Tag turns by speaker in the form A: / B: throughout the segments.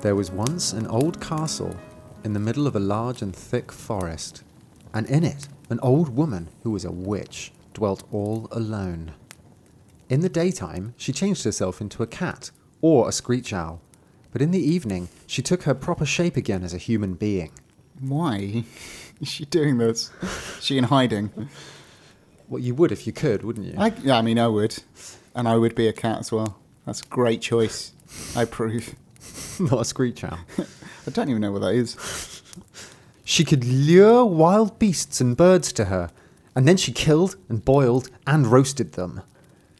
A: There was once an old castle in the middle of a large and thick forest, and in it an old woman who was a witch dwelt all alone. In the daytime, she changed herself into a cat or a screech owl, but in the evening, she took her proper shape again as a human being.
B: Why is she doing this? Is she in hiding?
A: What you would if you could, wouldn't you?
B: I, yeah, I mean, I would. And I would be a cat as well. That's a great choice. I approve.
A: Not a screech owl.
B: I don't even know what that is.
A: She could lure wild beasts and birds to her, and then she killed and boiled and roasted them.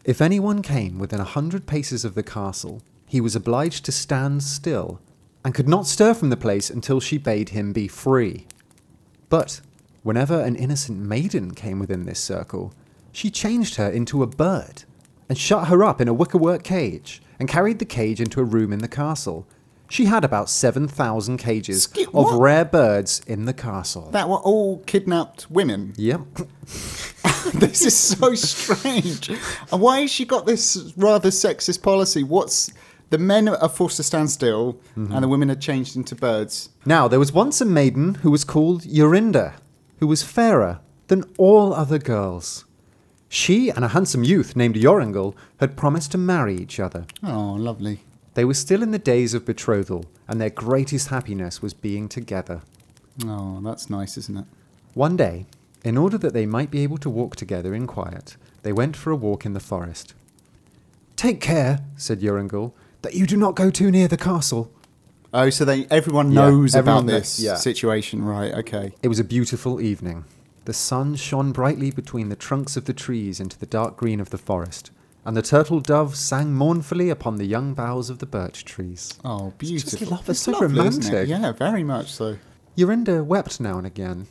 A: If anyone came within a hundred paces of the castle, he was obliged to stand still, and could not stir from the place until she bade him be free. But whenever an innocent maiden came within this circle, she changed her into a bird and shut her up in a wickerwork cage and carried the cage into a room in the castle. She had about 7,000 cages
B: Skeet-
A: of
B: what?
A: rare birds in the castle.
B: That were all kidnapped women.
A: Yep.
B: this is so strange. And why has she got this rather sexist policy? What's. The men are forced to stand still, and the women are changed into birds.
A: Now, there was once a maiden who was called Eurinda, who was fairer than all other girls. She and a handsome youth named Joringel had promised to marry each other.
B: Oh, lovely.
A: They were still in the days of betrothal, and their greatest happiness was being together.
B: Oh, that's nice, isn't it?
A: One day, in order that they might be able to walk together in quiet, they went for a walk in the forest. Take care, said Joringel, that you do not go too near the castle.
B: Oh, so they everyone
A: Yeah,
B: knows
A: everyone
B: about
A: knows,
B: this
A: yeah.
B: situation, right? Okay.
A: It was a beautiful evening. The sun shone brightly between the trunks of the trees into the dark green of the forest, and the turtle dove sang mournfully upon the young boughs of the birch trees.
B: Oh,
A: just
B: beautiful.
A: love. It's so
B: lovely, isn't it?
A: romantic.
B: Yeah, very much so.
A: Yorinda wept now and again.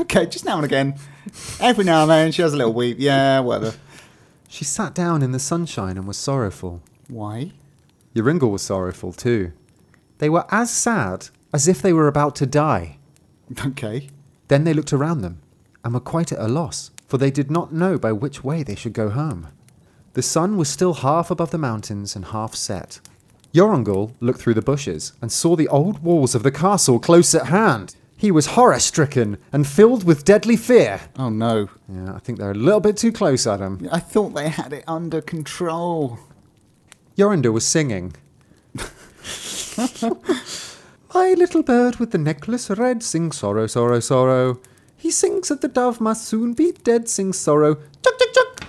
B: okay, just now and again, every now and then she has a little weep. Yeah, whatever.
A: She sat down in the sunshine and was sorrowful.
B: Why?
A: Yoringal was sorrowful too. They were as sad as if they were about to die.
B: Okay.
A: Then they looked around them and were quite at a loss, for they did not know by which way they should go home. The sun was still half above the mountains and half set. Jorungul looked through the bushes and saw the old walls of the castle close at hand. He was horror stricken and filled with deadly fear.
B: Oh no,
A: Yeah, I think they're a little bit too close, Adam.
B: I thought they had it under control.
A: Yorinda was singing. My little bird with the necklace red sings sorrow, sorrow, sorrow. He sings that the dove must soon be dead, sings sorrow. Chuck, chuck, chuck.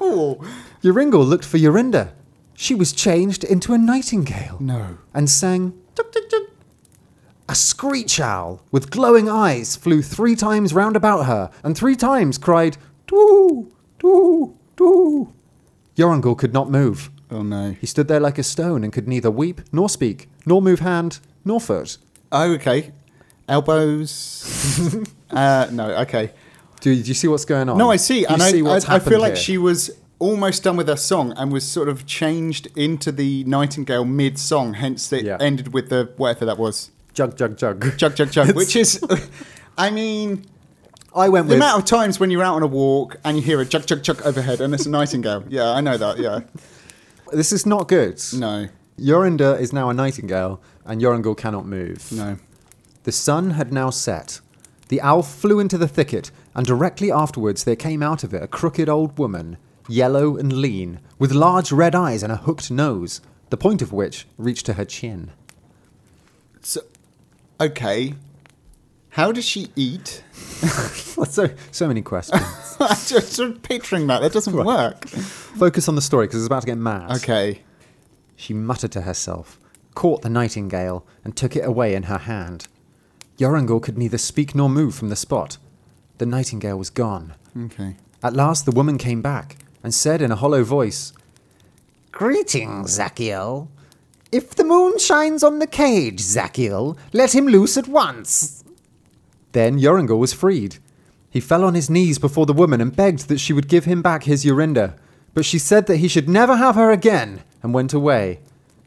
B: Oh
A: Yoringal looked for Yorinda. She was changed into a nightingale
B: no.
A: and sang chuck, chuck, chuck. A screech owl with glowing eyes flew three times round about her and three times cried, Doo, doo, doo. Yoringal could not move.
B: Oh no.
A: He stood there like a stone and could neither weep nor speak, nor move hand nor foot.
B: Oh, okay. Elbows. uh, no. Okay.
A: Do, do you see what's going on?
B: No, I see.
A: Um, You
B: and I,
A: see what's
B: I, I
A: happened
B: feel like
A: here.
B: she was almost done with her song and was sort of changed into the nightingale mid song, hence it
A: Yeah.
B: ended with the whatever that was.
A: jug jug jug.
B: Chug, chug, chug. which is, I mean,
A: I went
B: the
A: with
B: amount of times when you're out on a walk and you hear a chug, chug, chug overhead and it's a nightingale. Yeah, I know that. Yeah.
A: this is not good.
B: No,
A: Yorinda is now a nightingale, and Yorungul cannot move.
B: no.
A: The sun had now set. The owl flew into the thicket, and directly afterwards there came out of it a crooked old woman, yellow and lean, with large red eyes and a hooked nose, the point of which reached to her chin.
B: So, okay. How does she eat?
A: so, so many questions.
B: I'm just sort of picturing that. That doesn't work.
A: Focus on the story because it's about to get mad.
B: Okay.
A: She muttered to herself, caught the nightingale, and took it away in her hand. Jorungul could neither speak nor move from the spot. The nightingale was gone.
B: Okay.
A: At last the woman came back, and said in a hollow voice,
C: Greetings, Zachiel. If the moon shines on the cage, Zachiel, let him loose at once.
A: Then Joringel was freed. He fell on his knees before the woman and begged that she would give him back his Jorinda, but she said that he should never have her again and went away.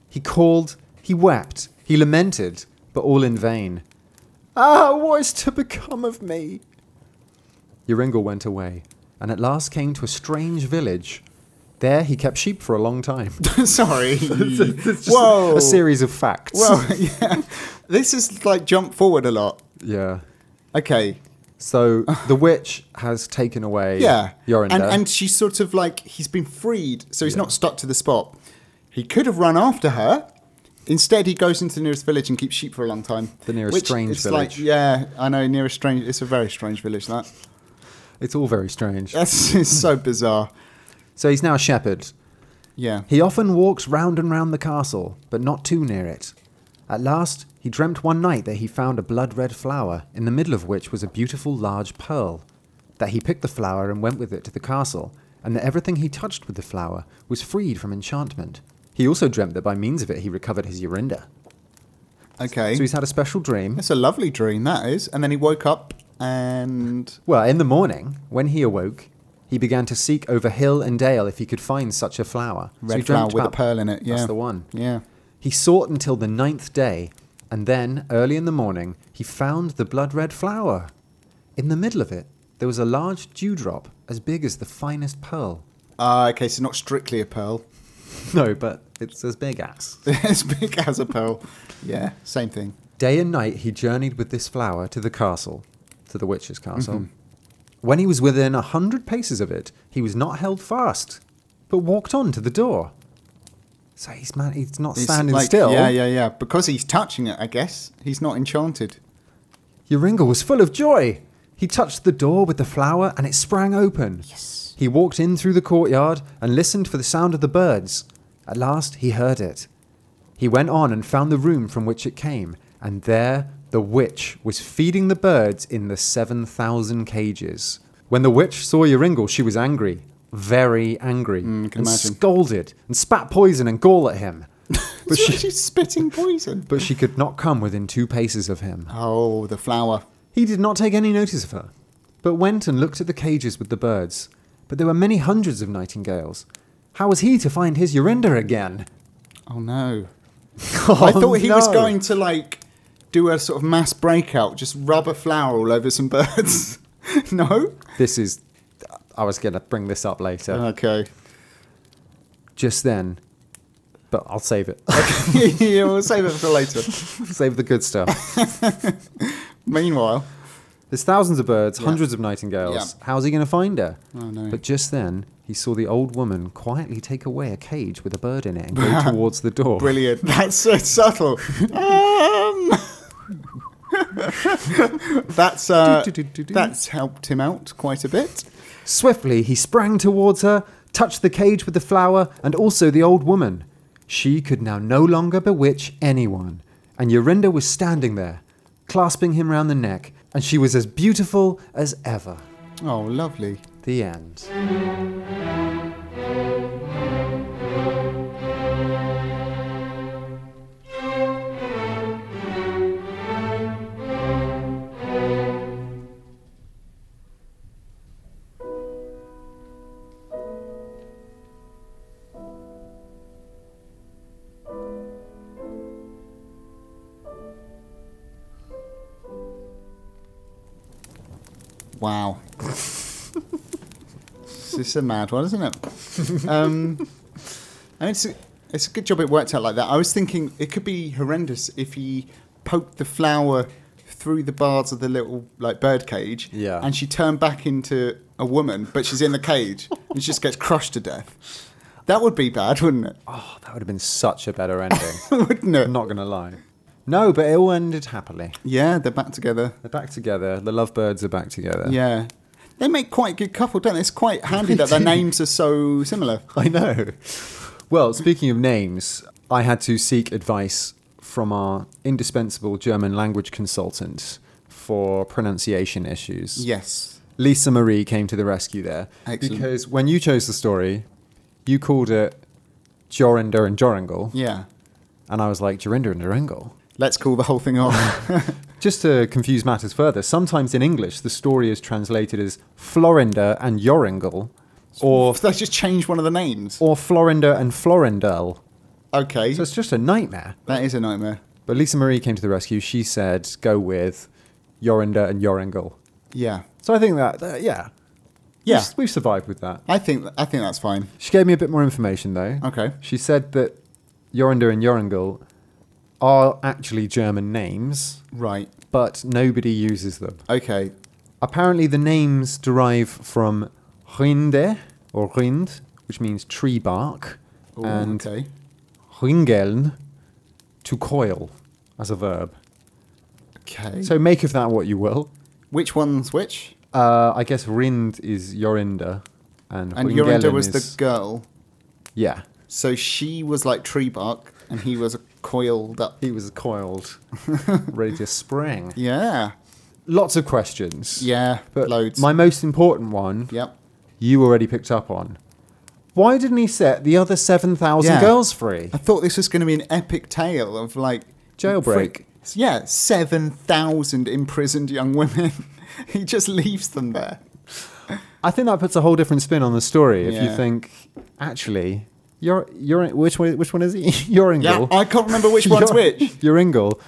A: He called, he wept, he lamented, but all in vain. Ah, what is to become of me? Joringel went away, and at last came to a strange village. There he kept sheep for a long time.
B: Sorry.
A: It's just
B: Whoa.
A: A series of facts.
B: Well, yeah. This is like jump forward a lot.
A: yeah.
B: Okay.
A: So the witch has taken away
B: Yeah.
A: Jorinda.
B: And and she's sort of like he's been freed, so he's not stuck to the spot. He could have run after her. Instead, he goes into the nearest village and keeps sheep for a long time.
A: The nearest
B: Which
A: strange
B: it's like-
A: village.
B: yeah, I know. Nearest strange. It's a very strange village. That.
A: it's all very strange.
B: That's it's so bizarre.
A: So he's now a shepherd.
B: Yeah.
A: He often walks round and round the castle, but not too near it. At last, he dreamt one night that he found a blood red flower, in the middle of which was a beautiful large pearl. That he picked the flower and went with it to the castle, and that everything he touched with the flower was freed from enchantment. He also dreamt that by means of it he recovered his Urinda.
B: Okay.
A: So he's had a special dream.
B: That's a lovely dream. That is. And then he woke up and
A: Well, in the morning, when he awoke, he began to seek over hill and dale if he could find such a flower. So
B: red
A: he
B: flower
A: dreamt
B: with a
A: about-
B: pearl in it. Yeah.
A: That's the one.
B: Yeah.
A: He sought until the ninth day, and then, early in the morning, he found the blood red flower. In the middle of it, there was a large dewdrop as big as the finest pearl.
B: Ah, okay, so not strictly a pearl.
A: No, but it's as big as.
B: as big as a pearl. Yeah, same thing.
A: Day and night he journeyed with this flower to the castle, to the witch's castle.
B: Mm-hmm.
A: When he was within a hundred paces of it, he was not held fast, but walked on to the door. So he's man, he's not
B: It's
A: standing
B: like-
A: still.
B: Yeah, yeah, yeah. Because he's touching it, I guess. He's not enchanted.
A: Uringal was full of joy. He touched the door with the flower and it sprang open. Yes. He walked in through the courtyard and listened for the sound of the birds. At last he heard it. He went on and found the room from which it came, and there the witch was feeding the birds in the 7,000 cages. When the witch saw Uringal, she was angry, very angry, and
B: Mm, can imagine.
A: scolded and spat poison and gall at him. But
B: She's
A: she,
B: actually spitting poison.
A: but she could not come within two paces of him.
B: Oh, the flower.
A: He did not take any notice of her, but went and looked at the cages with the birds. But there were many hundreds of nightingales. How was he to find his Urinda again?
B: Oh no. I thought he was
A: Oh, no.
B: going to like do a sort of mass breakout, just rub a flower all over some birds. no?
A: This is. I was going to bring this up later.
B: Okay.
A: Just then. But I'll save it.
B: yeah, we'll save it for later.
A: save the good stuff.
B: Meanwhile.
A: There's thousands of birds, hundreds of nightingales.
B: Yeah.
A: How's he going to find her?
B: Oh, no.
A: But just then, he saw the old woman quietly take away a cage with a bird in it and go towards the door.
B: Brilliant. That's so subtle. Um, that's uh, that's helped him out quite a bit.
A: Swiftly, he sprang towards her, touched the cage with the flower, and also the old woman. She could now no longer bewitch anyone, and Yorinda was standing there, clasping him round the neck, and she was as beautiful as ever.
B: Oh, lovely.
A: The end.
B: Wow. this is a mad one, isn't it? Um, and it's a, it's a good job it worked out like that. I was thinking it could be horrendous if he poked the flower through the bars of the little like bird cage,
A: Yeah.
B: and she turned back into a woman, but she's in the cage and she just gets crushed to death. That would be bad, wouldn't it?
A: Oh, that would have been such a better ending.
B: wouldn't it?
A: I'm not going to lie. No, but it all ended happily.
B: Yeah, they're back together.
A: They're back together. The lovebirds are back together.
B: Yeah. They make quite a good couple, don't they? It's quite handy that their names are so similar.
A: I know. Well, speaking of names, I had to seek advice from our indispensable German language consultant for pronunciation issues.
B: Yes.
A: Lisa Marie came to the rescue there.
B: Excellent.
A: Because when you chose the story, you called it Jorinder and Jorangle,
B: Yeah.
A: and I was like, Jorinder and Jorangle.
B: Let's call the whole thing off.
A: Just to confuse matters further, sometimes in English the story is translated as Florinder and Jorangle, or
B: Let's just change one of the names.
A: or Florinder and Florindel.
B: Okay.
A: So it's just a nightmare.
B: That is a nightmare.
A: But Lisa Marie came to the rescue. She said, "Go with Jorinder and Jorangle."
B: Yeah.
A: So I think that, that- yeah,
B: Yeah.
A: we've, we've survived with that.
B: I think I think that's fine.
A: She gave me a bit more information though.
B: Okay.
A: She said that Jorinder and Jorangul are actually German names,
B: Right.
A: but nobody uses them.
B: Okay.
A: Apparently, the names derive from Rinde or Rind, which means tree bark,
B: Ooh,
A: and
B: okay.
A: Ringeln, to coil, as a verb.
B: Okay.
A: So make of that what you will.
B: which one's which?
A: Uh, I guess Rind is Jorinda, and
B: And
A: Ringeln
B: Yorinda was
A: is-
B: the girl.
A: yeah.
B: So she was like tree bark and he was coiled up.
A: He was coiled, ready to spring.
B: Yeah.
A: Lots of questions.
B: Yeah.
A: but
B: loads.
A: my most important one,
B: yep.
A: you already picked up on. Why didn't he set the other seven thousand
B: Yeah.
A: girls free?
B: I thought this was going to be an epic tale of like
A: Jailbreak.
B: freak- yeah, seven thousand imprisoned young women. he just leaves them there.
A: I think that puts a whole different spin on the story. If you
B: Yeah.
A: think, actually, you're you're which one? Which one is he? You're
B: Yeah, I can't remember which one's which.
A: You're Ingle.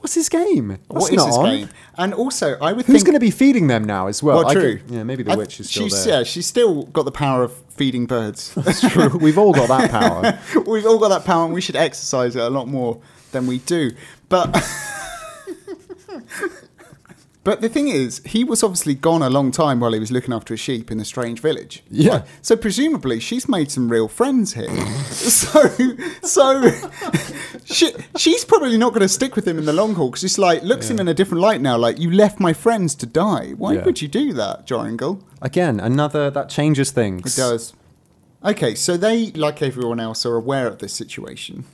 A: What's his game? That's
B: What is
A: not
B: this
A: on.
B: game? And also, I would
A: Who's
B: think
A: going to be feeding them now as well?
B: Well,
A: I could-
B: true.
A: yeah, maybe the
B: I-
A: witch is still
B: she's,
A: there.
B: Yeah, she's still got the power of feeding birds.
A: True. We've all got that power.
B: We've all got that power, and we should exercise it a lot more than we do. But but the thing is, he was obviously gone a long time while he was looking after a sheep in a strange village.
A: Yeah.
B: Right. So presumably, she's made some real friends here. so so she, she's probably not going to stick with him in the long haul because it's like looks him in a different light now. Like you left my friends to die. Why
A: Yeah.
B: would you do that, Jorangle?
A: Again, another that changes things.
B: It does. Okay, so they, like everyone else, are aware of this situation.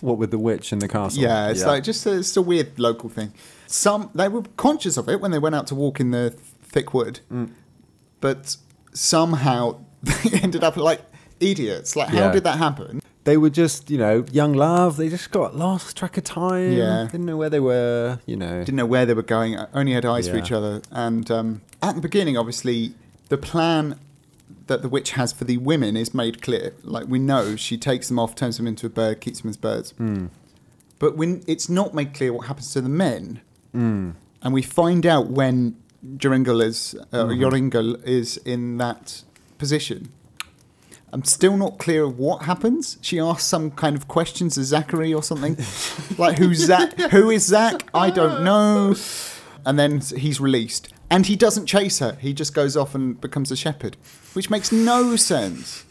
A: What with the witch in the castle?
B: Yeah, it's like just a, it's a weird local thing. Some they were conscious of it when they went out to walk in the thick wood, but somehow they ended up like idiots. Like, how
A: Yeah.
B: did that happen?
A: they were just you know young love. They just got lost track of time.
B: Yeah.
A: didn't know where they were. You know.
B: Didn't know where they were going. uh, Only had eyes for
A: Yeah.
B: each other. And um, at the beginning, obviously, the plan that the witch has for the women is made clear. Like we know, she takes them off, turns them into a bird, keeps them as birds.
A: Hmm.
B: But when it's not made clear what happens to the men, Mm. and we find out when Joringel is uh, Joringel is in that position. I'm still not clear of what happens. She asks some kind of questions to Zachary or something, like who's Zach? Who is Zach? I don't know. And then he's released, and he doesn't chase her. He just goes off and becomes a shepherd, which makes no sense.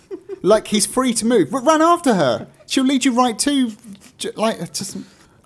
B: Like he's free to move, but run after her. She'll lead you right to, j- like, it just.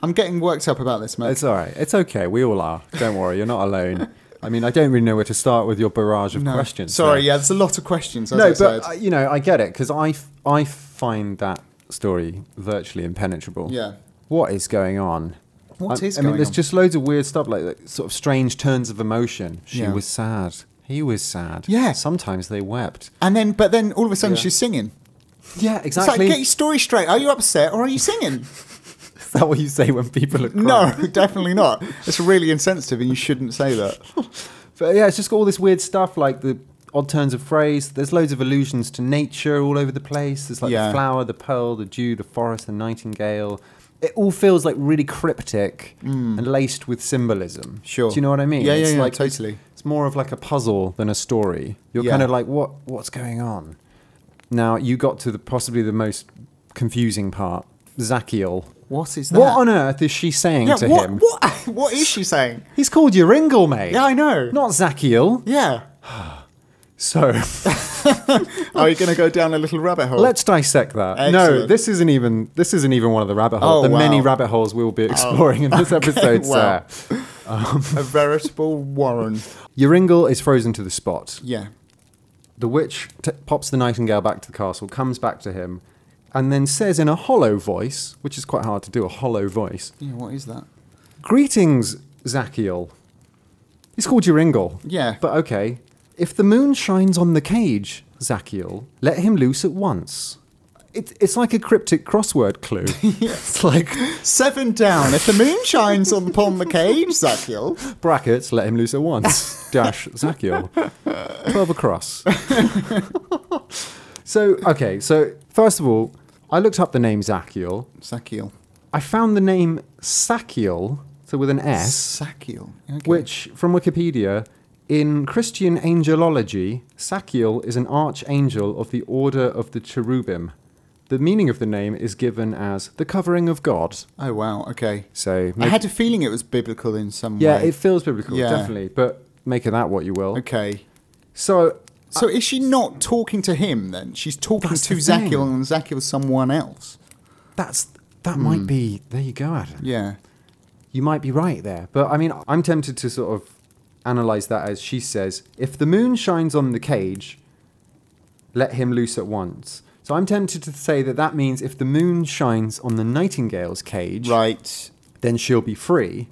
B: I'm getting worked up about this, man.
A: It's all right. It's okay. We all are. Don't worry. You're not alone. I mean, I don't really know where to start with your barrage of
B: No.
A: questions.
B: Sorry,
A: there.
B: yeah, there's a lot of questions. As
A: No,
B: I said.
A: but uh, you know, I get it because I, f- I find that story virtually impenetrable.
B: Yeah.
A: What is going on?
B: What
A: I,
B: is
A: I mean,
B: going
A: there's
B: on?
A: just loads of weird stuff like, like sort of strange turns of emotion. She
B: Yeah.
A: was sad. He was sad.
B: Yeah.
A: Sometimes they wept.
B: and then, but then all of a sudden
A: Yeah.
B: she's singing.
A: Yeah,
B: It's like
A: exactly.
B: get your story straight. Are you upset or are you singing?
A: Is that what you say when people are crying?
B: no, definitely not. It's really insensitive, and you shouldn't say that.
A: But yeah, it's just got all this weird stuff like the odd turns of phrase. There's loads of allusions to nature all over the place. There's like
B: Yeah.
A: the flower, the pearl, the dew, the forest, the nightingale. It all feels like really cryptic and laced with symbolism.
B: Mm. Sure.
A: Do you know what I mean?
B: Yeah, yeah,
A: it's
B: yeah,
A: like,
B: totally.
A: It's, it's more of like a puzzle than a story. You're
B: Yeah.
A: kind of like, what? What's going on? Now you got to the possibly the most confusing part, Zachiel.
B: What is that?
A: What on earth is she saying
B: yeah,
A: to
B: what,
A: him?
B: what? What is she saying?
A: He's called Uringal, mate.
B: Yeah, I know.
A: Not Zachiel.
B: Yeah.
A: So.
B: Are you going to go down a little rabbit hole?
A: Let's dissect that. No,
B: Excellent.
A: this isn't even this isn't even one of the rabbit holes.
B: Oh,
A: the many
B: wow. Oh.
A: rabbit holes we will be exploring in this episode,
B: wow.
A: sir.
B: a veritable warren.
A: Uringal is frozen to the spot.
B: Yeah.
A: The witch t- pops the nightingale back to the castle, comes back to him, and then says in a hollow voice, which is quite hard to do, a hollow voice,
B: Yeah. What is that?
A: "Greetings, Zachiel." It's called Uringal.
B: Yeah.
A: but okay. If the moon shines on the cage, Zachiel, let him loose at once. It, it's like a cryptic crossword clue. It's like
B: Seven down. If the moon shines on upon the cage, Zachiel.
A: brackets, let him loose at once, dash, Zachiel. 12 across. so, okay, so first of all, I looked up the name Zachiel.
B: Zachiel.
A: I found the name Sakiel, so with an S.
B: Sakiel. Okay.
A: which from Wikipedia, in Christian angelology, Sakiel is an archangel of the order of the cherubim. The meaning of the name is given as the covering of God.
B: Oh wow. Okay.
A: So
B: I
A: make-
B: had a feeling it was biblical in some
A: yeah,
B: way.
A: it feels biblical,
B: Yeah.
A: definitely. But make of that what you will.
B: okay.
A: So
B: So is she not talking to him then? She's talking
A: That's
B: to
A: the thing.
B: Zakiel and Zakiel's someone else.
A: that's that might be there. You go, Adam.
B: Yeah.
A: You might be right there. But I mean, I'm tempted to sort of analyze that as she says, if the moon shines on the cage, let him loose at once. So I'm tempted to say that that means if the moon shines on the nightingale's cage,
B: Right.
A: then she'll be free.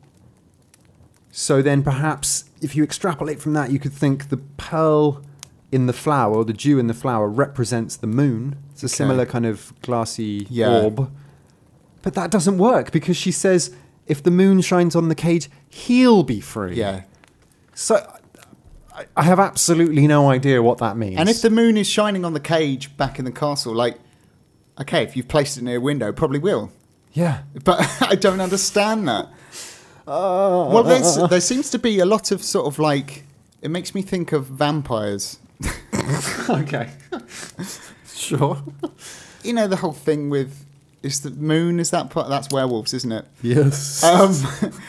A: So then perhaps if you extrapolate from that, you could think the pearl in the flower, the dew in the flower, represents the moon. It's a similar kind of glassy
B: Yeah.
A: orb. But that doesn't work because she says if the moon shines on the cage, he'll be free.
B: Yeah.
A: So I, I have absolutely no idea what that means.
B: And if the moon is shining on the cage back in the castle, like, okay, if you've placed it near a window, it probably will.
A: yeah.
B: But I don't understand that. well, there's, there seems to be a lot of sort of like, it makes me think of vampires.
A: okay. sure.
B: You know, the whole thing with, is the moon, is that part, that's werewolves, isn't it?
A: Yes.
B: Um,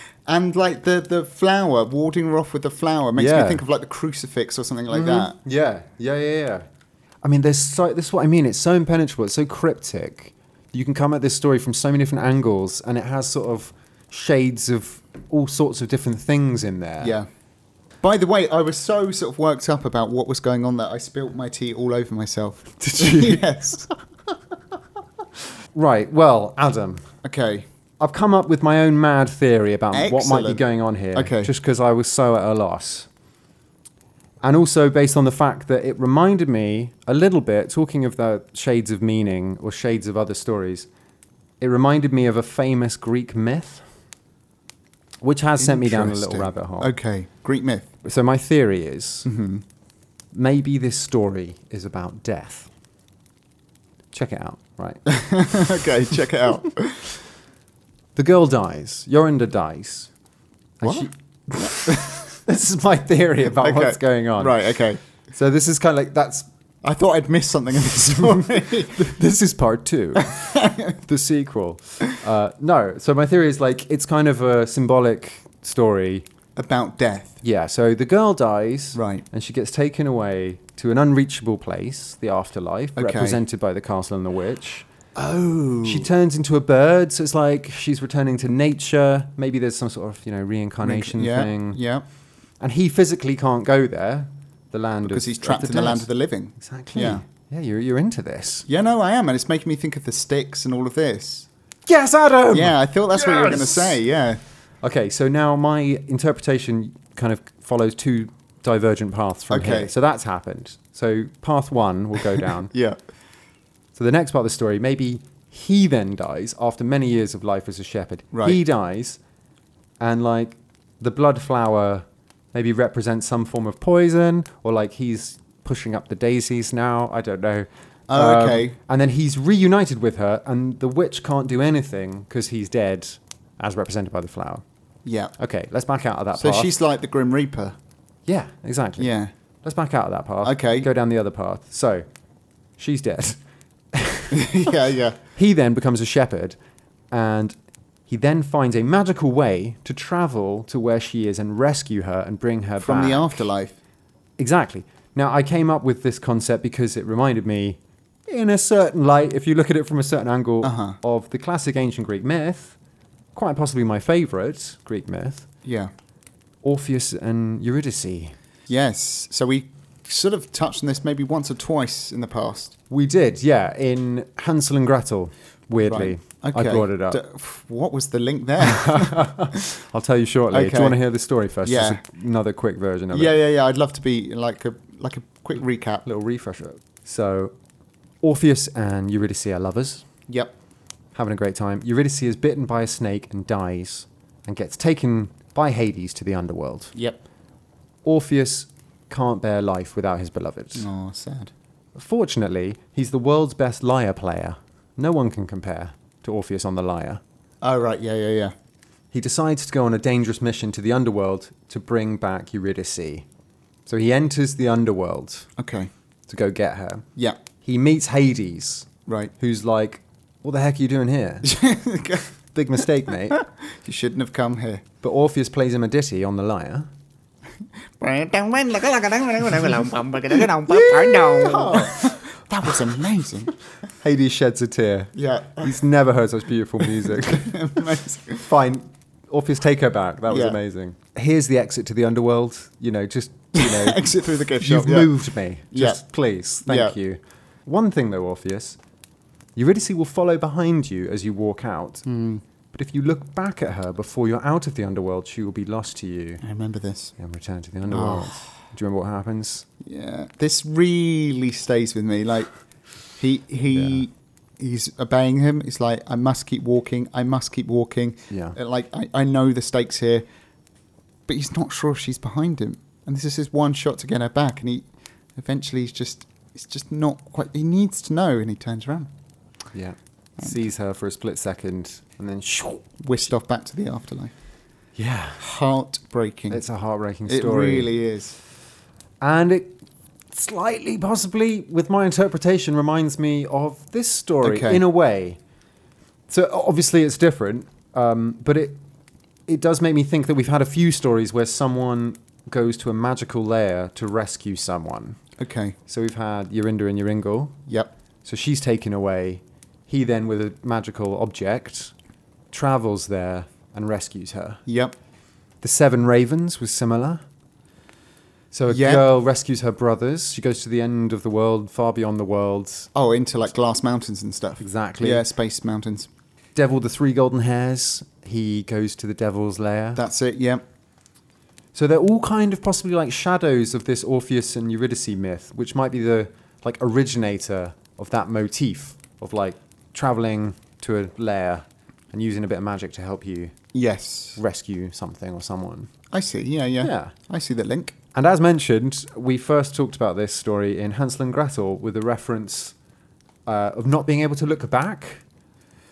B: and like the, the flower, warding her off with the flower makes
A: Yeah. Mm-hmm.
B: me think of like the crucifix or something like that.
A: Yeah, yeah, yeah, yeah. I mean, there's so this is what I mean. It's so impenetrable. It's so cryptic. You can come at this story from so many different angles, and it has sort of shades of all sorts of different things in there.
B: Yeah. By the way, I was so sort of worked up about what was going on that I spilt my tea all over myself. Did you? yes.
A: Right. Well, Adam,
B: Okay.
A: I've come up with my own mad theory about what might be
B: Excellent.
A: going on here.
B: Okay.
A: Just because I was so at a loss. And also based on the fact that it reminded me a little bit, talking of the shades of meaning or shades of other stories, it reminded me of a famous Greek myth, which has sent me down a little
B: Interesting.
A: rabbit hole.
B: Okay. Greek myth.
A: So my theory is
B: Mm-hmm.
A: maybe this story is about death. Check it out, right?
B: okay, check it out.
A: The girl dies. Yorinda dies. And
B: What?
A: this is my theory about
B: Okay.
A: what's going on.
B: Right, okay.
A: So this is kind of like that's.
B: I thought I'd missed something in the story.
A: This is part two, the sequel. Uh, no, so my theory is like it's kind of a symbolic story.
B: about death.
A: Yeah. So the girl dies.
B: Right.
A: And she gets taken away to an unreachable place, the afterlife,
B: Okay.
A: represented by the castle and the witch.
B: Oh.
A: She turns into a bird, so it's like she's returning to nature. Maybe there's some sort of you know reincarnation
B: yeah,
A: thing.
B: Yeah.
A: And he physically can't go there, the land
B: Because
A: of,
B: he's
A: of
B: trapped in the
A: dead.
B: land of the living.
A: Exactly. Yeah.
B: Yeah.
A: Yeah, you're, you're into this.
B: Yeah, no, I am. And it's making me think of the sticks and all of this.
A: Yes, Adam!
B: Yeah, I thought that's what you were going
A: Yes!
B: to say. Yeah.
A: Okay, so now my interpretation kind of follows two divergent paths from
B: Okay.
A: here. So that's happened. So path one will go down.
B: Yeah.
A: so the next part of the story, maybe he then dies after many years of life as a shepherd.
B: Right.
A: He dies, and like the blood flower maybe represents some form of poison, or like he's pushing up the daisies now. I don't know. Um,
B: Oh, okay.
A: And then he's reunited with her, and the witch can't do anything because he's dead, as represented by the flower.
B: Yeah.
A: Okay, let's back out of that
B: So
A: path.
B: she's like the Grim Reaper.
A: yeah, exactly.
B: Yeah.
A: Let's back out of that path.
B: Okay.
A: Go down the other path. So, she's dead.
B: yeah, yeah.
A: He then becomes a shepherd, and he then finds a magical way to travel to where she is and rescue her and bring her
B: From
A: back.
B: the afterlife.
A: Exactly. Now, I came up with this concept because it reminded me, in a certain light, if you look at it from a certain angle,
B: Uh-huh.
A: of the classic ancient Greek myth, quite possibly my favourite Greek myth,
B: Yeah.
A: Orpheus and Eurydice.
B: Yes. So we sort of touched on this maybe once or twice in the past.
A: We did, yeah, in Hansel and Gretel, weirdly. I brought it up.
B: D- what was the link there?
A: I'll tell you shortly. Do
B: Okay.
A: you want to hear the story first?
B: Yeah.
A: Just another quick version of it.
B: yeah, yeah, yeah. I'd love to be like a like a quick recap.
A: Little refresher. So, Orpheus and Eurydice are lovers,
B: Yep.
A: having a great time. Eurydice is bitten by a snake and dies, and gets taken by Hades to the underworld.
B: Yep.
A: Orpheus can't bear life without his beloved.
B: Oh, sad.
A: Fortunately, he's the world's best lyre player. No one can compare to Orpheus on the lyre.
B: Oh right, yeah, yeah, yeah.
A: He decides to go on a dangerous mission to the underworld to bring back Eurydice. So he enters the underworld
B: Okay.
A: to go get her.
B: Yeah.
A: He meets Hades,
B: Right.
A: who's like, What the heck are you doing here? Big mistake, mate.
B: you shouldn't have come here.
A: But Orpheus plays him a ditty on the lyre.
B: That was amazing.
A: Hades sheds a tear.
B: yeah.
A: He's never heard such beautiful music.
B: amazing.
A: Fine. Orpheus, take her back. That was
B: Yeah.
A: amazing. Here's the exit to the underworld. You know, just, you know,
B: Exit through the gift shop.
A: You've
B: yeah.
A: moved me.
B: Yeah.
A: Just please. Thank
B: Yeah.
A: you. One thing though, Orpheus, Eurydice will follow behind you as you walk out.
B: Hmm.
A: But if you look back at her before you're out of the underworld, she will be lost to you
B: I remember this.
A: and return to the underworld.
B: Ah.
A: Do you remember what happens?
B: Yeah, this really stays with me. Like he he he's obeying him. It's like I must keep walking. I must keep walking.
A: Yeah.
B: Uh, like I, I know the stakes here, but he's not sure if she's behind him. And this is his one shot to get her back. And he eventually he's just it's just not quite. He needs to know, and he turns around,
A: Yeah. Sees her for a split second and then shoo.
B: whisked off back to the afterlife.
A: Yeah.
B: Heartbreaking.
A: It's a heartbreaking
B: it
A: story.
B: really is.
A: And it slightly, possibly, with my interpretation, reminds me of this story
B: Okay.
A: in a way. So obviously, it's different, um, but it it does make me think that we've had a few stories where someone goes to a magical lair to rescue someone.
B: Okay.
A: So we've had Yorinda and Yoringal.
B: Yep.
A: So she's taken away. He then, with a magical object, travels there and rescues her.
B: Yep.
A: The Seven Ravens was similar. So a
B: Yeah.
A: girl rescues her brothers. She goes to the end of the world, far beyond the world.
B: Oh, into like glass mountains and stuff.
A: Exactly.
B: Yeah, space mountains.
A: Devil, the three golden hairs. He goes to the devil's lair.
B: That's it. Yeah.
A: so they're all kind of possibly like shadows of this Orpheus and Eurydice myth, which might be the like originator of that motif of like traveling to a lair and using a bit of magic to help you
B: Yes.
A: rescue something or someone.
B: I see. Yeah, yeah.
A: Yeah.
B: I see the link.
A: And as mentioned, we first talked about this story in Hansel and Gretel with a reference uh, of not being able to look back.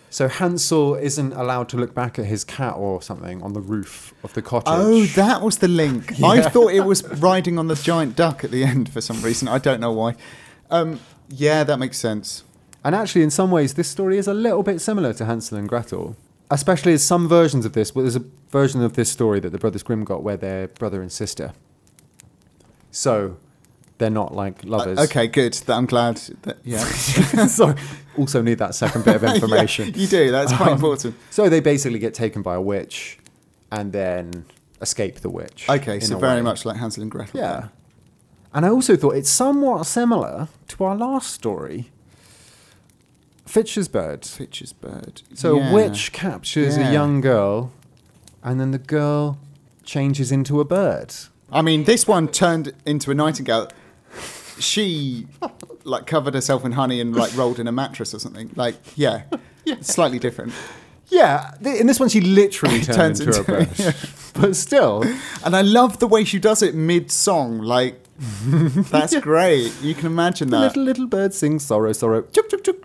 A: So Hansel isn't allowed to look back at his cat or something on the roof of the cottage.
B: Oh, that was the link. I thought it was riding on the giant duck at the end for some reason. I don't know why. Um, yeah, that makes sense.
A: And actually, in some ways, this story is a little bit similar to Hansel and Gretel, especially as some versions of this. Well, there's a version of this story that the Brothers Grimm got where they're brother and sister. So they're not like lovers.
B: Uh, okay, good. Th- I'm glad. That, yeah.
A: so also need that second bit of
B: Yeah,
A: information. Um,
B: you do. That's quite important.
A: So they basically get taken by a witch and then escape the witch.
B: Okay,
A: in
B: so
A: a
B: very
A: way.
B: much like Hansel and Gretel.
A: Yeah. And I also thought it's somewhat similar to our last story Fitcher's Bird.
B: Pictures bird.
A: So
B: Yeah.
A: a witch captures
B: Yeah.
A: a young girl and then the girl changes into a bird.
B: I mean, this one turned into a nightingale. She like covered herself in honey and like rolled in a mattress or something. Like, yeah, slightly different.
A: Yeah, th- in this one she literally turns,
B: Turns
A: into,
B: into-
A: a bird. But still,
B: And I love the way she does it mid song. Like, that's great. You can imagine
A: the
B: that.
A: little little bird sings sorrow, sorrow. Chuk, chuk, chuk.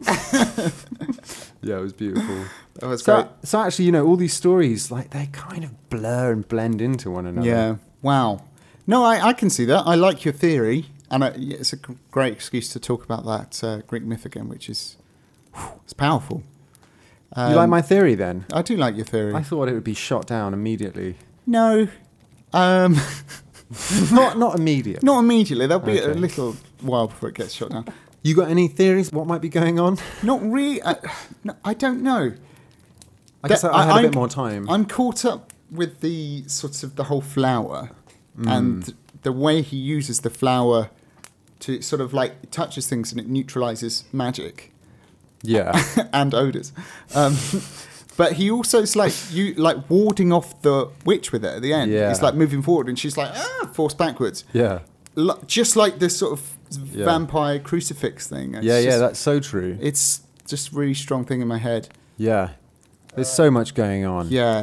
A: yeah, it was beautiful.
B: That was
A: So,
B: great.
A: so actually, you know, all these stories, like they kind of blur and blend into one another.
B: Yeah. Wow. No, I, I can see that. I like your theory. And I, yeah, it's a g- great excuse to talk about that uh, Greek myth again, which is whew, it's powerful.
A: You
B: Um,
A: like my theory then?
B: I do like your theory.
A: I thought it would be shot down immediately.
B: no. Um,
A: not not immediate.
B: not immediately. There'll be a
A: Okay.
B: little while before it gets shot down.
A: You got any theories? What might be going on?
B: Not really. I, no, I don't know.
A: I guess I,
B: That-
A: I had a
B: I'm-
A: bit more time.
B: I'm caught up with the sort of the whole flower
A: Mm.
B: and the way he uses the flower to sort of like touches things and it neutralizes magic
A: yeah.
B: and odors. Um, but he also is like you like warding off the witch with it at the end.
A: Yeah.
B: It's like moving forward and she's like ah, forced backwards.
A: Yeah.
B: li- just like this sort of
A: Yeah.
B: vampire crucifix thing. It's
A: yeah, yeah,
B: just-
A: that's so true.
B: it's just really strong thing in my head.
A: yeah. There's so much going on.
B: Yeah.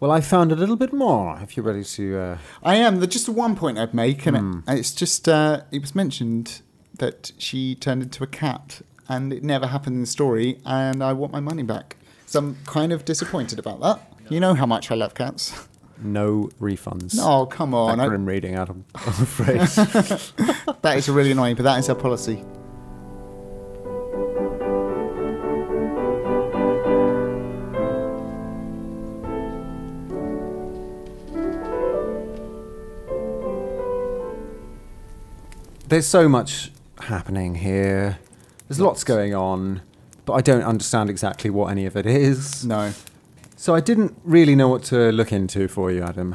A: Well, I found a little bit more if you're ready to. Uh,
B: I am. There's just one point I'd make, and it-
A: Hmm.
B: and it's just uh, it was mentioned that she turned into a cat, and it never happened in the story, and I want my money back. So I'm kind of disappointed about that. You know how much I love cats.
A: no refunds.
B: Oh, come on.
A: That
B: I,
A: grim reading, Adam. I'm afraid.
B: that is really annoying, but that is our policy.
A: There's so much happening here. There's lots going on, but I don't understand exactly what any of it is.
B: No.
A: So I didn't really know what to look into for you, Adam.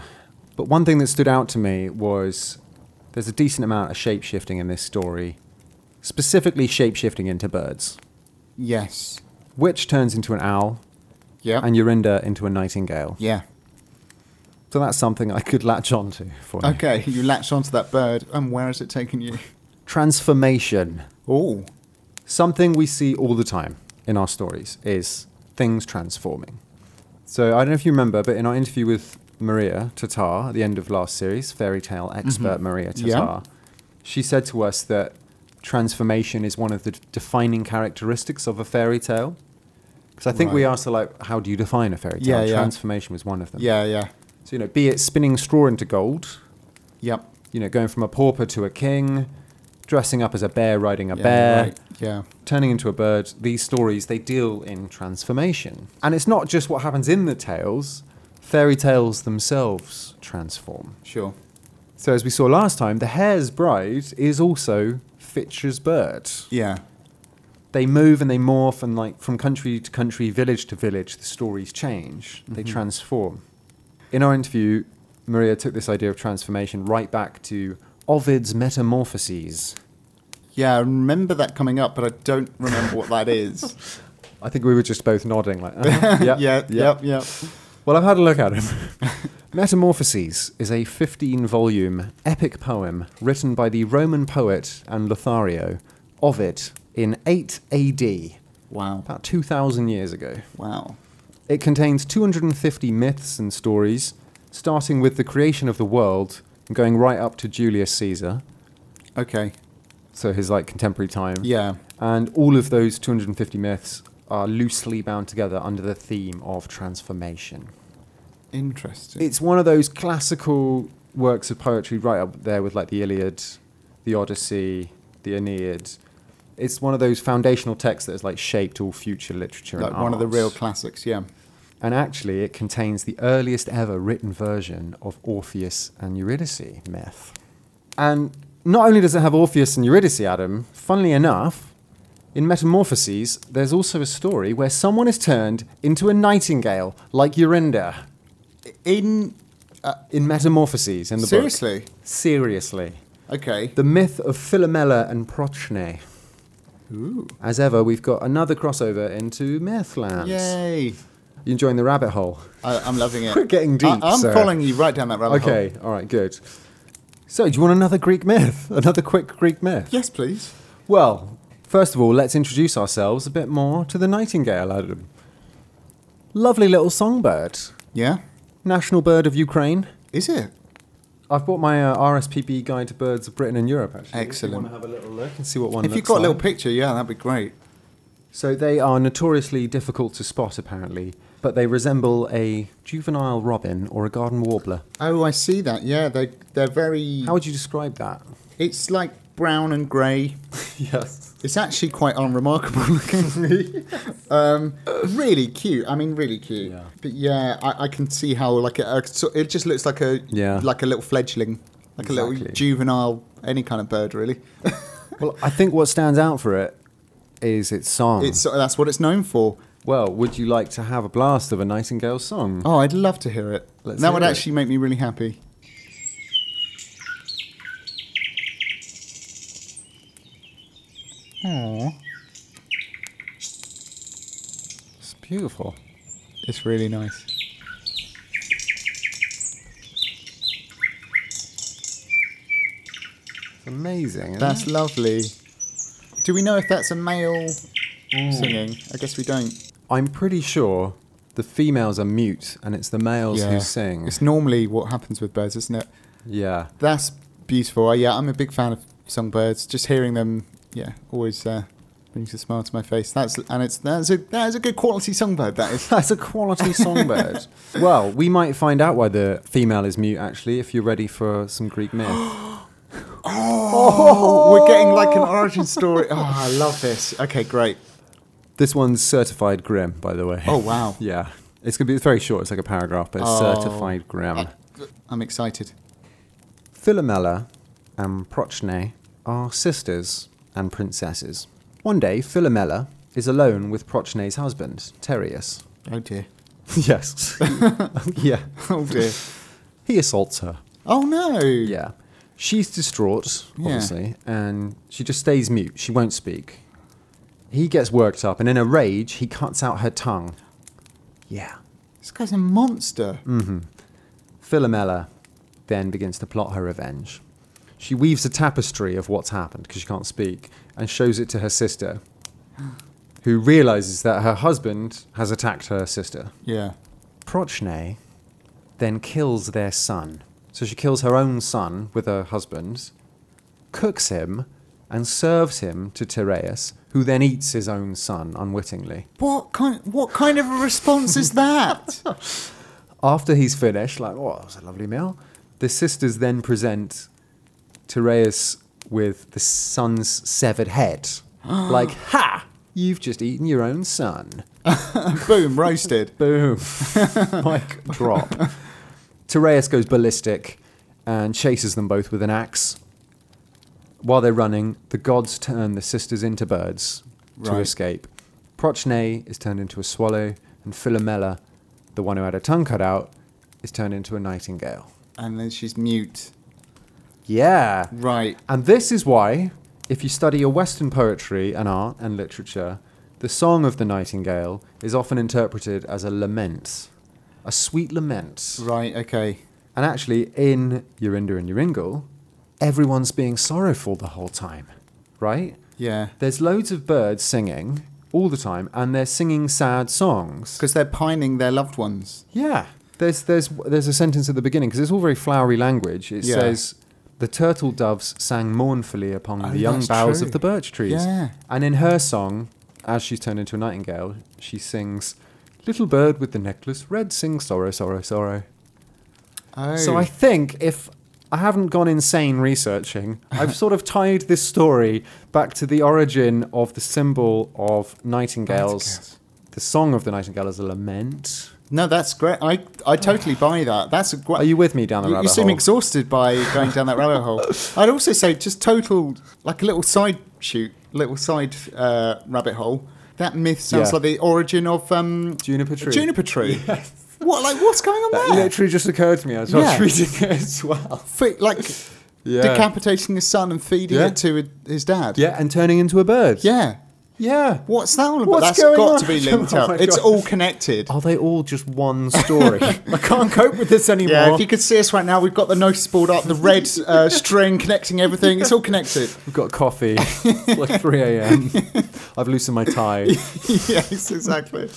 A: But one thing that stood out to me was there's a decent amount of shape shifting in this story, specifically shape shifting into birds.
B: Yes.
A: Witch turns into an owl,
B: Yeah.
A: and Yorinda into a nightingale.
B: yeah.
A: So that's something I could latch onto for you.
B: Okay, you latched onto that bird, and where has it taken you?
A: Transformation.
B: Oh.
A: Something we see all the time in our stories is things transforming. So I don't know if you remember, but in our interview with Maria Tatar at the end of last series, fairy tale expert Maria Tatar,
B: Mm-hmm. Yeah.
A: she said to us that transformation is one of the d- defining characteristics of a fairy tale. Because I think we
B: Right.
A: asked her, like, how do you define a fairy tale?
B: Yeah, yeah.
A: Transformation was one of them.
B: Yeah, yeah.
A: So, you know, be it spinning straw into gold,
B: Yep.
A: you know, going from a pauper to a king, dressing up as a bear, riding a
B: Yeah,
A: bear,
B: right. Yeah.
A: turning into a bird, these stories, they deal in transformation. And it's not just what happens in the tales, fairy tales themselves transform.
B: Sure.
A: So, as we saw last time, the hare's bride is also Fitcher's bird.
B: Yeah.
A: They move and they morph, and like from country to country, village to village, the stories change, they
B: Mm-hmm.
A: transform. In our interview, Maria took this idea of transformation right back to Ovid's Metamorphoses.
B: Yeah, I remember that coming up, but I don't remember what that is.
A: I think we were just both nodding, like, uh-huh, yep,
B: yeah, yep, yep.
A: Well, I've had a look at him. Metamorphoses is a 15 volume epic poem written by the Roman poet and Lothario, Ovid, in 8 AD,
B: Wow.
A: about 2,000 years ago.
B: Wow.
A: It contains 250 myths and stories, starting with the creation of the world and going right up to Julius Caesar,
B: Okay.
A: so his like contemporary time.
B: Yeah.
A: And all of those 250 myths are loosely bound together under the theme of transformation.
B: Interesting.
A: it's one of those classical works of poetry right up there with like the Iliad, the Odyssey, the Aeneid. It's one of those foundational texts that has like shaped all future literature.
B: like
A: and
B: one of the
A: art.
B: real classics, yeah.
A: and actually, it contains the earliest ever written version of Orpheus and Eurydice myth. And not only does it have Orpheus and Eurydice, Adam. Funnily enough, in Metamorphoses, there's also a story where someone is turned into a nightingale, like Eurinda.
B: In
A: Uh, In Metamorphoses, in the book.
B: seriously.
A: Seriously.
B: Okay.
A: The myth of Philomela and Prochne.
B: Ooh.
A: As ever, we've got another crossover into Mythlands.
B: Yay.
A: You enjoying the rabbit hole?
B: I, I'm loving it.
A: We're getting deep,
B: I, am
A: sir.
B: following you right down that rabbit hole.
A: okay, all right, good. So, do you want another Greek myth? Another quick Greek myth?
B: Yes, please.
A: Well, first of all, let's introduce ourselves a bit more to the nightingale, Adam. Lovely little songbird,
B: Yeah.
A: national bird of Ukraine.
B: Is it?
A: I've bought my uh, RSPB guide to birds of Britain and Europe. Actually,
B: Excellent.
A: If you want to have a little look and see what one.
B: if you've
A: looks
B: got a
A: like.
B: little picture, yeah, that'd be great.
A: So they are notoriously difficult to spot, apparently, but they resemble a juvenile robin or a garden warbler.
B: Oh, I see that. Yeah, they they're very.
A: How would you describe that?
B: It's like brown and grey.
A: yes.
B: It's actually quite unremarkable looking. um, really cute. I mean, really cute.
A: Yeah.
B: But yeah, I, I can see how like it, uh, so it just looks like a
A: Yeah.
B: like a little fledgling, like a little
A: Exactly. Uh-huh.
B: juvenile, any kind of bird really.
A: Well, I think what stands out for it is its song.
B: It's so that's what it's known for.
A: well, would you like to have a blast of a nightingale's song?
B: Oh, I'd love to hear it.
A: Let's
B: that
A: hear
B: would
A: it.
B: actually make me really happy. Aww.
A: Oh, It's beautiful.
B: It's really nice.
A: Amazing. isn't
B: That's
A: it?
B: lovely. Do we know if that's a male singing? I guess we don't.
A: I'm pretty sure the females are mute and it's the males who sing.
B: It's normally what happens with birds, isn't it?
A: Yeah.
B: That's beautiful. Uh, Yeah, I'm a big fan of songbirds. Just hearing them, yeah, always uh, brings a smile to my face. That's and it's that's a that is a good quality songbird. That is.
A: That's a quality songbird. well, we might find out why the female is mute actually if you're ready for some Greek myth.
B: Oh, we're getting like an origin story. Oh, I love this. Okay, great.
A: this one's certified grim, by the way.
B: Oh, wow.
A: yeah. It's going to be it's very short. It's like a paragraph, but it's
B: Oh.
A: certified grim.
B: I'm excited.
A: Philomela and Prochne are sisters and princesses. One day, Philomela is alone with Prochne's husband, Tereus.
B: Oh dear.
A: yes. yeah.
B: Oh dear.
A: He assaults her.
B: Oh no.
A: Yeah. She's distraught,
B: Yeah.
A: obviously, and she just stays mute. She won't speak. He gets worked up, and in a rage, he cuts out her tongue. Yeah.
B: This guy's a monster.
A: Philomela then begins to plot her revenge. She weaves a tapestry of what's happened because she can't speak and shows it to her sister, who realizes that her husband has attacked her sister.
B: Yeah.
A: Prochne then kills their son. So she kills her own son with her husband, cooks him, and serves him to Tereus, who then eats his own son unwittingly.
B: What kind? What kind of a response is that?
A: After he's finished, like, oh, that was a lovely meal, the sisters then present Tereus with the son's severed head. like, ha! You've just eaten your own son.
B: Boom, roasted.
A: Boom. Mic drop. Tereus goes ballistic and chases them both with an axe. While they're running, the gods turn the sisters into birds to
B: Right.
A: escape. Prochne is turned into a swallow, and Philomela, the one who had her tongue cut out, is turned into a nightingale.
B: And then she's mute.
A: Yeah.
B: Right.
A: And this is why, if you study your Western poetry and art and literature, the song of the nightingale is often interpreted as a lament, a sweet lament.
B: Right. Okay.
A: And actually, in Eurinda and Euringle, everyone's being sorrowful the whole time, right?
B: Yeah.
A: There's loads of birds singing all the time, and they're singing sad songs.
B: Because they're pining their loved ones.
A: Yeah. There's, there's, there's a sentence at the beginning, because it's all very flowery language. It
B: Yeah.
A: says, The turtle doves sang mournfully upon
B: Oh,
A: the young
B: that's
A: boughs
B: true.
A: of the birch trees.
B: Yeah.
A: And in her song, as she's turned into a nightingale, she sings, Little bird with the necklace red sings sorrow, sorrow, sorrow.
B: Oh.
A: So I think if I haven't gone insane researching, I've sort of tied this story back to the origin of the symbol of nightingales.
B: Nightingales.
A: The song of the nightingale is a lament.
B: no, that's great. I I totally buy that. That's a great.
A: Are you with me down the
B: You, you
A: rabbit
B: seem
A: hole?
B: exhausted by going down that rabbit hole. I'd also say just total, like a little side shoot, little side uh, rabbit hole. That myth sounds
A: Yeah.
B: like the origin of um,
A: Juniper tree.
B: Juniper tree. What? Like what's going on
A: That
B: there?
A: literally just occurred to me as I
B: Yeah.
A: was reading it as well.
B: Fe- like
A: Yeah.
B: decapitating his son and feeding
A: Yeah.
B: it to his dad.
A: Yeah, and turning into a bird.
B: Yeah.
A: Yeah.
B: What's that all about?
A: What's
B: That's
A: going
B: got
A: on?
B: to be linked
A: Oh my
B: up. It's
A: God.
B: all connected.
A: Are they all just one story? I can't cope with this anymore.
B: Yeah, if you could see us right now, we've got the notice board up, the red uh, string connecting everything. It's all connected.
A: We've got coffee. it's like 3 a.m. I've loosened my tie.
B: yes, exactly.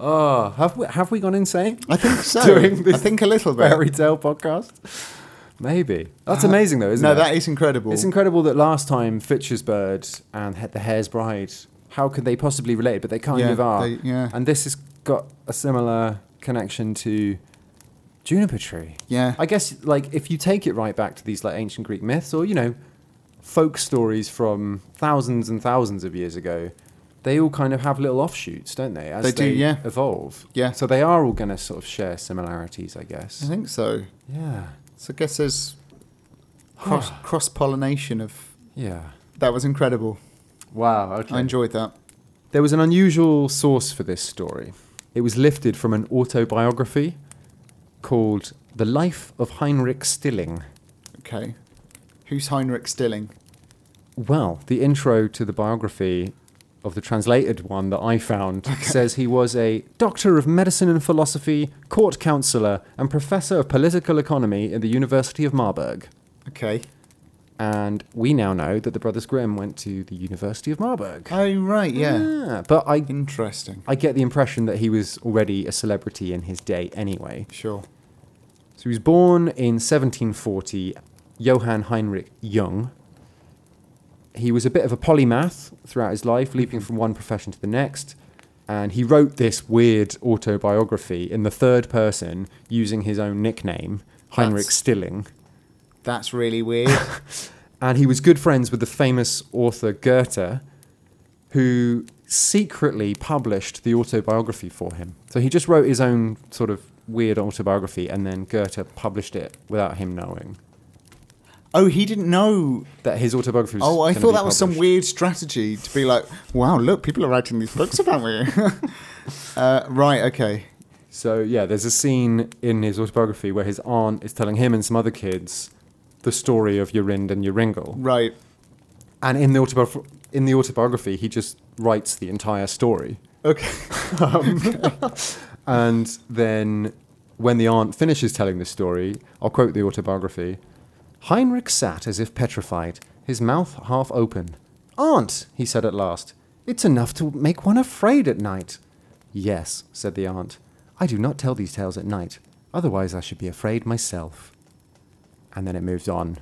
A: Oh, have we, have we gone insane?
B: I think so.
A: Doing this
B: I think a little bit.
A: Fairy tale podcast? Uh, Maybe. That's amazing, though, isn't
B: no,
A: it?
B: that is incredible.
A: It's incredible that last time Fitch's Bird and Ha- The Hare's Bride, how could they possibly relate? But they kind
B: Yeah,
A: of are.
B: they- yeah.
A: And this has got a similar connection to Juniper Tree.
B: Yeah.
A: I guess, like, if you take it right back to these, like, ancient Greek myths or, you know, folk stories from thousands and thousands of years ago, they all kind of have little offshoots, don't they? As
B: They do, yeah.
A: Evolve.
B: Yeah.
A: So they are all going to sort of share similarities, I
B: I
A: guess.
B: think so.
A: Yeah.
B: So I guess there's cross cross pollination of.
A: Yeah.
B: That was incredible.
A: Wow. Okay.
B: I enjoyed that.
A: There was an unusual source for this story. It was lifted from an autobiography called The Life of Heinrich Stilling.
B: Okay. Who's Heinrich Stilling?
A: Well, the intro to the biography of the translated one that I found says he was a doctor of medicine and philosophy, court counsellor, and professor of political economy in the University of Marburg.
B: Okay.
A: And we now know that the Brothers Grimm went to the University of Marburg.
B: Oh, right, yeah.
A: Yeah, but I,
B: Interesting.
A: I get the impression that he was already a celebrity in his day anyway.
B: Sure.
A: So he was born in 1740, Johann Heinrich Jung. He was a bit of a polymath throughout his life, leaping from one profession to the next. And he wrote this weird autobiography in the third person using his own nickname, Heinrich
B: That's-
A: Stilling.
B: That's really weird.
A: And he was good friends with the famous author Goethe, who secretly published the autobiography for him. So he just wrote his own sort of weird autobiography, and then Goethe published it without him knowing.
B: oh, he didn't know.
A: that his autobiography was.
B: Oh, I
A: gonna
B: thought
A: be
B: that was some
A: published.
B: weird strategy to be like, wow, look, people are writing these books about me. uh, right, okay.
A: So yeah, there's a scene in his autobiography where his aunt is telling him and some other kids the story of Urind and Uringal,
B: Right.
A: and in the autobiography, in the autobiography, he just writes the entire story,
B: Okay.
A: and then when the aunt finishes telling the story, I'll quote the autobiography. Heinrich sat as if petrified, his mouth half open. Aunt, he said at last, it's enough to make one afraid at night. Yes, said the aunt. I do not tell these tales at night, otherwise I should be afraid myself. And then it moves on.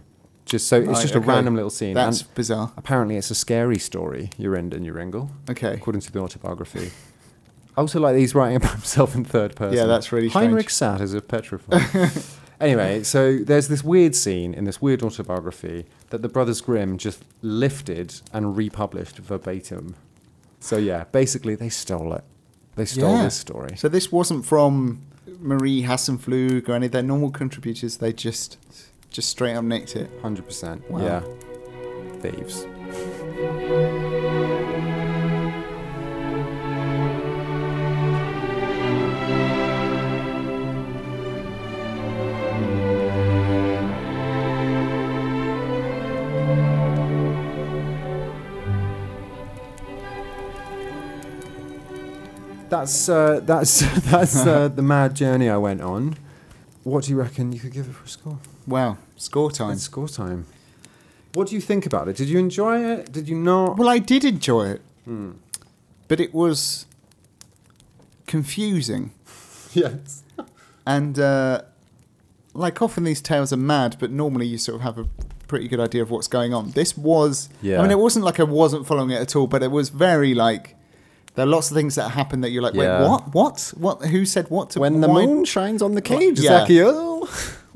A: Just so it's
B: Right,
A: just a
B: okay.
A: random little scene.
B: That's
A: and
B: bizarre.
A: Apparently it's a scary story, Urind and Uringle.
B: Okay.
A: According to the autobiography. I also like that he's writing about himself in third person.
B: that's really
A: Heinrich sat as if petrified. anyway, so there's this weird scene in this weird autobiography that the Brothers Grimm just lifted and republished verbatim. So yeah, basically they stole it. They stole
B: Yeah.
A: this story.
B: So this wasn't from Marie Hassenflug or any of their normal contributors. They just just straight up nicked it.
A: 100%.
B: Wow.
A: Yeah. Thieves. That's uh, that's that's uh, the mad journey I went on. What do you reckon you could give it for a score?
B: Wow, score time.
A: It's score time. What do you think about it? Did you enjoy it? Did you not?
B: Well, I did enjoy it,
A: Hmm.
B: but it was confusing.
A: yes.
B: And uh, like often these tales are mad, but normally you sort of have a pretty good idea of what's going on. This was,
A: Yeah.
B: I mean, it wasn't like I wasn't following it at all, but it was very like there are lots of things that happen that you're like,
A: Yeah.
B: wait, what, what, what? Who said what to
A: When the
B: why-
A: moon shines on the cage,
B: Yeah.
A: Zacchael.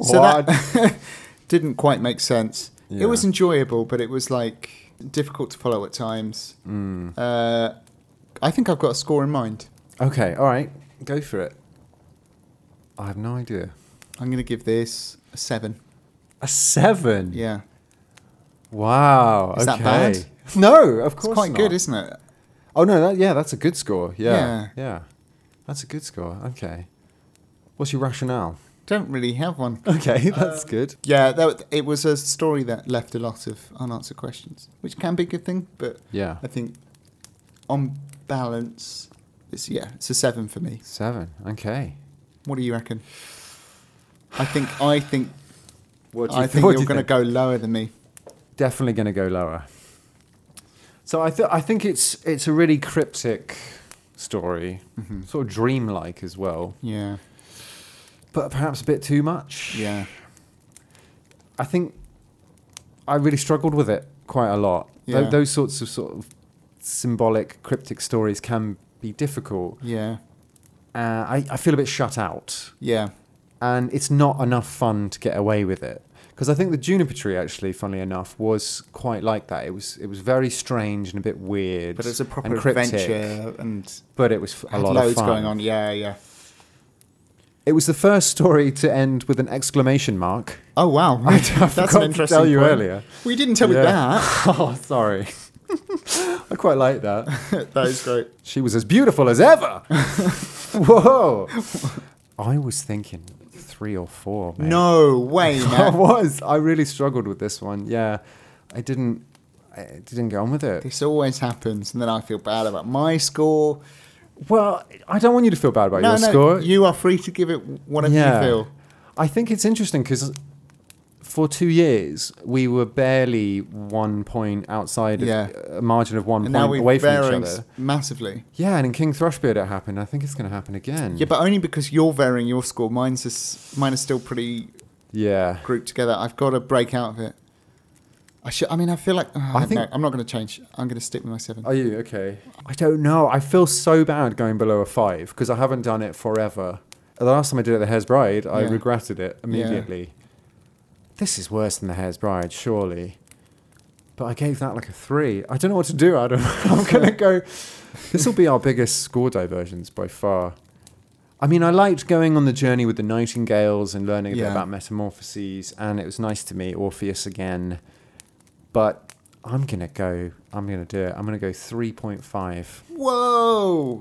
B: So that didn't quite make sense.
A: Yeah.
B: It was enjoyable, but it was like difficult to follow at times.
A: Mm.
B: Uh, I think I've got a score in mind.
A: okay, all right, go for it. I have no idea.
B: I'm going to give this a seven.
A: A seven.
B: Yeah,
A: Wow.
B: Is
A: okay.
B: that bad?
A: No, of
B: it's
A: course
B: quite
A: not.
B: good, isn't it?
A: oh no, that, yeah, that's a good score. Yeah, yeah,
B: Yeah.
A: that's a good score. Okay. What's your rationale?
B: Don't really have one.
A: Okay, that's good.
B: Yeah, that, it was a story that left a lot of unanswered questions, which can be a good thing. But
A: Yeah,
B: I think, on balance, it's yeah, it's a seven for me.
A: seven. Okay.
B: What do you reckon? I think I think
A: What
B: I think
A: what
B: you're
A: you
B: going to go lower than me.
A: definitely going to go lower. So I, th- I think it's it's a really cryptic story,
B: Mm-hmm.
A: sort of dreamlike as well,
B: Yeah,
A: but perhaps a bit too much.
B: yeah,
A: I think I really struggled with it quite a lot. Tho-
B: Yeah.
A: those sorts of sort of symbolic cryptic stories can be difficult.
B: yeah,
A: Uh, I, I feel a bit shut out,
B: yeah.
A: and it's not enough fun to get away with it. Because I think the juniper tree, actually, funnily enough, was quite like that. It was it was very strange and a bit weird,
B: But it's a proper
A: and cryptic.
B: adventure and
A: but it was f- a
B: had
A: lot
B: loads
A: of fun.
B: going on. Yeah, yeah.
A: It was the first story to end with an exclamation mark.
B: Oh wow,
A: I
B: that's
A: forgot to
B: an interesting.
A: tell you
B: point.
A: earlier.
B: Well, you didn't tell
A: Yeah.
B: me
A: Oh, sorry. I quite like that.
B: that. that is great.
A: She was as beautiful as ever. Whoa! I was thinking three or four. Mate.
B: No way,
A: I
B: man.
A: was. I really struggled with this one. Yeah, I didn't. I didn't get on with it.
B: This always happens, and then I feel bad about my score.
A: Well, I don't want you to feel bad about
B: no,
A: your
B: no,
A: score.
B: you are free to give it whatever you feel.
A: I think it's interesting because for two years, we were barely one point outside, of-
B: Yeah.
A: a margin of one
B: And now
A: point
B: we're
A: away from each
B: varying
A: other.
B: massively.
A: Yeah, and in King Thrushbeard it happened. I think it's going to happen again.
B: Yeah, but only because you're varying your score. Mine's is, mine is still pretty
A: yeah.
B: grouped together. I've got to break out of it. I should. I mean, I feel like oh,
A: I think-
B: no, I'm not going to change. I'm going to stick with my seven.
A: Are you okay? I don't know. I feel so bad going below a five because I haven't done it forever. The last time I did it at the Hare's Bride, I
B: Yeah.
A: regretted it immediately. This is worse than the Hare's Bride, surely. But I gave that like a three. I don't know what to do, Adam. I'm gonna go. This will be our biggest score diversions by far. I mean, I liked going on the journey with the Nightingales and learning a bit
B: Yeah.
A: about metamorphoses, and it was nice to meet Orpheus again. But I'm gonna go. I'm gonna do it. I'm gonna go 3.5.
B: Whoa!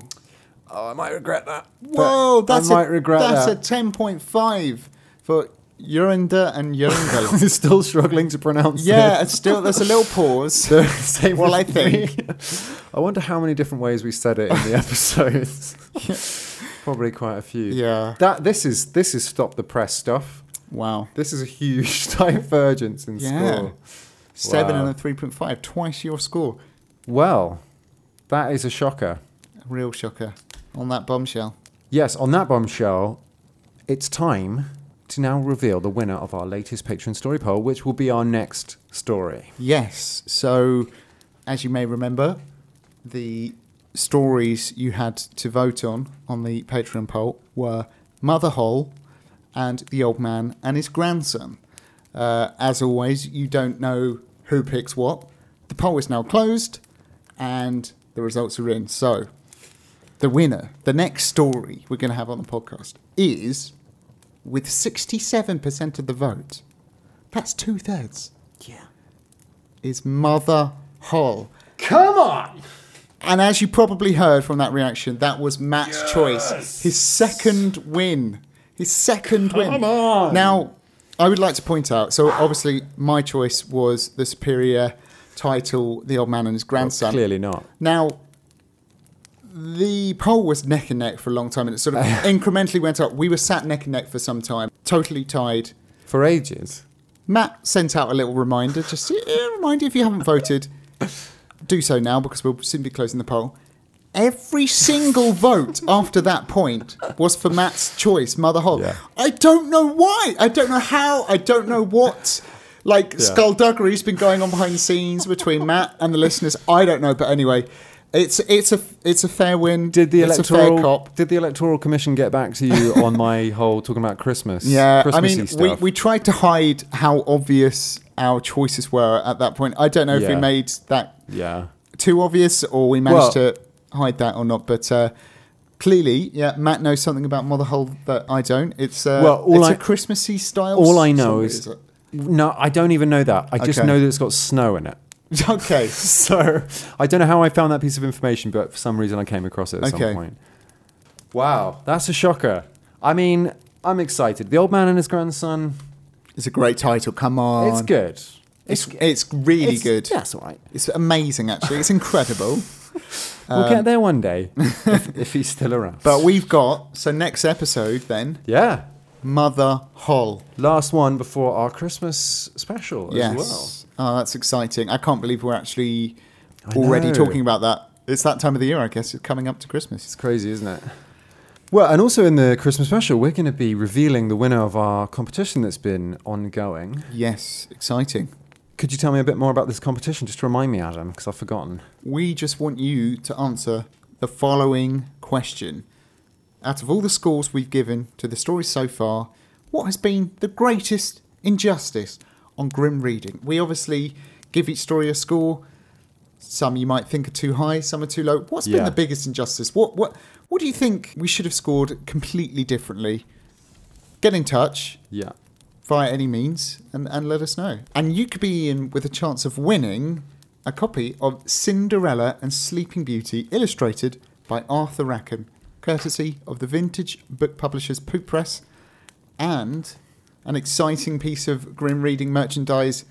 A: Oh, I might regret that.
B: Whoa!
A: But
B: That's
A: I might regret
B: that's
A: that.
B: a ten point five for Yurinder and Yuringal.
A: Still struggling to pronounce.
B: yeah,
A: it.
B: it's still there's a little pause.
A: So, same
B: Well,
A: with
B: I think-
A: me. I wonder how many different ways we said it in the episodes. Probably quite a few.
B: yeah.
A: That this is this is stop the press stuff.
B: Wow.
A: This is a huge divergence in
B: Yeah.
A: score.
B: Seven
A: Wow.
B: and a three point five, twice your score.
A: Well, that is a shocker.
B: Real shocker on that bombshell.
A: Yes, on that bombshell, it's time to now reveal the winner of our latest patron story poll, which will be our next story.
B: Yes. So, as you may remember, the stories you had to vote on on the Patreon poll were Mother Hole and the old man and his grandson. Uh, as always, you don't know who picks what. The poll is now closed and the results are in. So, the winner, the next story we're going to have on the podcast is with 67% of the vote. That's two thirds
C: Yeah.
B: is Mother Hull.
A: Come on!
B: And as you probably heard from that reaction, that was Matt's choice. His second win. His second win.
A: Come on.
B: Now, I would like to point out so obviously, my choice was the superior title, The Old Man and His Grandson.
A: Clearly not.
B: Now, the poll was neck and neck for a long time, and it sort of incrementally went up. We were sat neck and neck for some time, totally tied.
A: For ages.
B: Matt sent out a little reminder, just a reminder if you haven't voted, do so now because we'll soon be closing the poll. Every single vote after that point was for Matt's choice, Mother Hole.
A: Yeah.
B: I don't know why. I don't know how. I don't know what. Like skullduggery's been going on behind the scenes between Matt and the listeners. I don't know, but anyway, it's it's a it's a fair win.
A: Did the
B: it's a fair
A: electoral
B: cop.
A: did the electoral commission get back to you on my whole talking about Christmas?
B: Yeah, I
A: Christmassy
B: mean, we,
A: stuff?
B: we tried to hide how obvious our choices were at that point. I don't know if we
A: Yeah.
B: made that
A: yeah.
B: too obvious or we managed
A: Well-
B: to hide that or not, but uh, clearly, yeah, Matt knows something about Motherhull that I don't. It's uh,
A: Well, all
B: it's
A: I-
B: a Christmassy style.
A: All I know
B: song,
A: is,
B: it?
A: no, I don't even know that. I just
B: Okay.
A: know that it's got snow in it.
B: okay.
A: So I don't know how I found that piece of information, but for some reason I came across it at
B: Okay.
A: some point. Wow, that's a shocker. I mean, I'm excited. The old man and his grandson.
B: It's a great title. Come on,
A: It's good.
B: It's it's really
A: it's-
B: good.
A: Yeah, it's all right.
B: It's amazing, actually. It's incredible.
A: we'll get there one day if, if he's still around.
B: Um, But we've got so next episode then
A: yeah,
B: Mother Hole.
A: last one before our Christmas special as well.
B: Oh, that's exciting. I can't believe we're actually
A: I
B: already
A: know.
B: talking about that. It's that time of the year, I guess. It's coming up to Christmas.
A: It's crazy, isn't it? Well, and also in the Christmas special, we're going to be revealing the winner of our competition that's been ongoing.
B: Yes, exciting.
A: Could you tell me a bit more about this competition? Just to remind me, Adam, because I've forgotten.
B: We just want you to answer the following question. Out of all the scores we've given to the stories so far, what has been the greatest injustice on grim reading? We obviously give each story a score. Some you might think are too high, some are too low. What's been
A: Yeah.
B: the biggest injustice? What what what do you think we should have scored completely differently? Get in touch
A: Yeah.
B: via any means and, and let us know. And you could be in with a chance of winning a copy of Cinderella and Sleeping Beauty, illustrated by Arthur Rackham, courtesy of the Vintage Book Publishers Poop Press, and an exciting piece of grim reading merchandise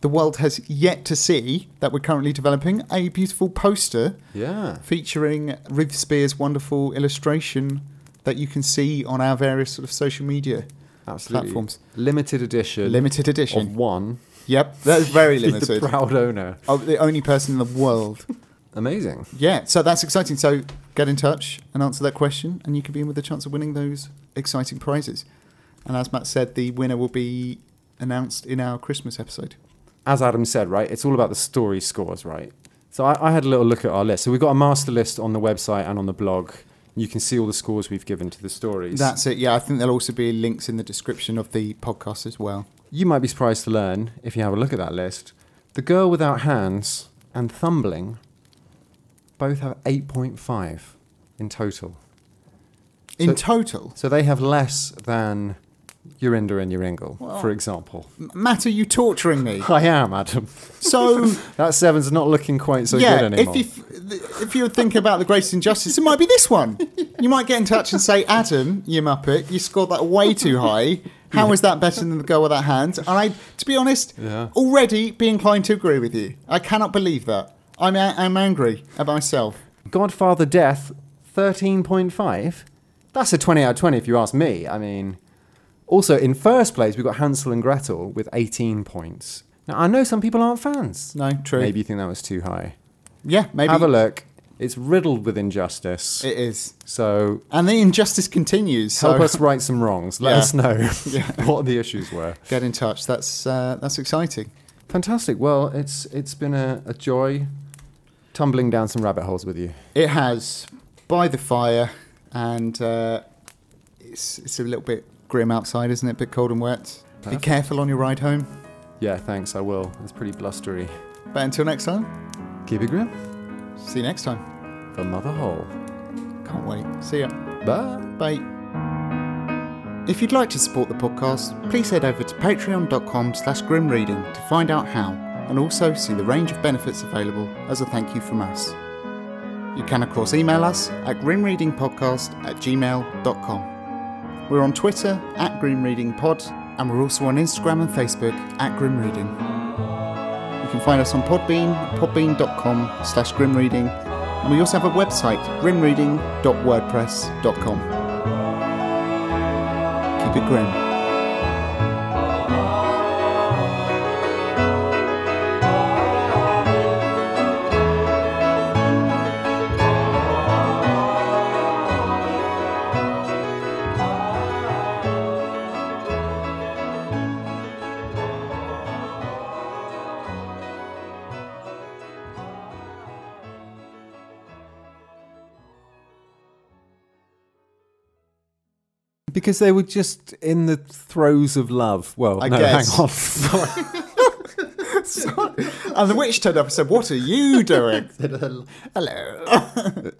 B: the world has yet to see that we're currently developing a beautiful poster
A: Yeah.
B: featuring Ruth Spear's wonderful illustration that you can see on our various sort of social media.
A: Absolutely.
B: platforms.
A: Limited edition.
B: Limited edition.
A: Of one.
B: Yep, that's very
A: the
B: limited.
A: proud owner.
B: Oh, the only person in the world.
A: Amazing.
B: Yeah, so that's exciting. So get in touch and answer that question, and you could be in with a chance of winning those exciting prizes. And as Matt said, the winner will be announced in our Christmas episode.
A: as Adam said, right, it's all about the story scores, right? So I, I had a little look at our list. So we've got a master list on the website and on the blog. You can see all the scores we've given to the stories.
B: That's it. Yeah, I think there'll also be links in the description of the podcast as well.
A: you might be surprised to learn, if you have a look at that list, The Girl Without Hands and Thumbling both have 8.5 in total.
B: In
A: So-
B: total,
A: So they have less than Eurinda and Euringle,
B: Wow.
A: for example.
B: M- Matt, are you torturing me?
A: I am, Adam.
B: So
A: That seven's not looking quite so
B: yeah,
A: good
B: if
A: anymore.
B: you f- if you're thinking about the greatest injustice, it might be this one. You might get in touch and say, Adam, you muppet, you scored that way too high. How is that better than the girl without hands? And I, to be honest,
A: Yeah.
B: already be inclined to agree with you. I cannot believe that. I'm a- I'm angry at myself.
A: Godfather Death, 13.5. That's a 20 out of 20 if you ask me. I mean, also in first place, we've got Hansel and Gretel with 18 points. Now, I know some people aren't fans.
B: No, true.
A: Maybe you think that was too high.
B: Yeah, maybe
A: Have a look. It's riddled with injustice.
B: it is.
A: so
B: And the injustice continues. So
A: help us right some wrongs. Let
B: Yeah.
A: us know
B: Yeah.
A: what the issues were.
B: get in touch. That's uh, that's exciting.
A: Fantastic. Well, it's it's been a, a joy tumbling down some rabbit holes with you.
B: It has by the fire, and uh, it's it's a little bit grim outside, isn't it? A bit cold and wet.
A: Perfect.
B: Be careful on your ride home.
A: Yeah, thanks. I will. It's pretty blustery.
B: But until next time,
A: Keep it grim.
B: see you next time.
A: The mother hole.
B: Can't wait. See ya.
A: Bye.
B: Bye. If you'd like to support the podcast, please head over to patreon.com slash grimreading to find out how, and also see the range of benefits available as a thank you from us. You can of course email us at grimreadingpodcast at gmail.com. We're on Twitter at grimreadingpod, and we're also on Instagram and Facebook at grimreading. You can find us on Podbean, podbean.com slash grimreading, and we also have a website, grimreading.wordpress.com. Keep it grim.
A: Because they were just in the throes of love. Well,
B: I
A: no,
B: guess.
A: hang on. Sorry.
B: And the witch turned up and said, What are you doing?
A: Hello.
B: Hello.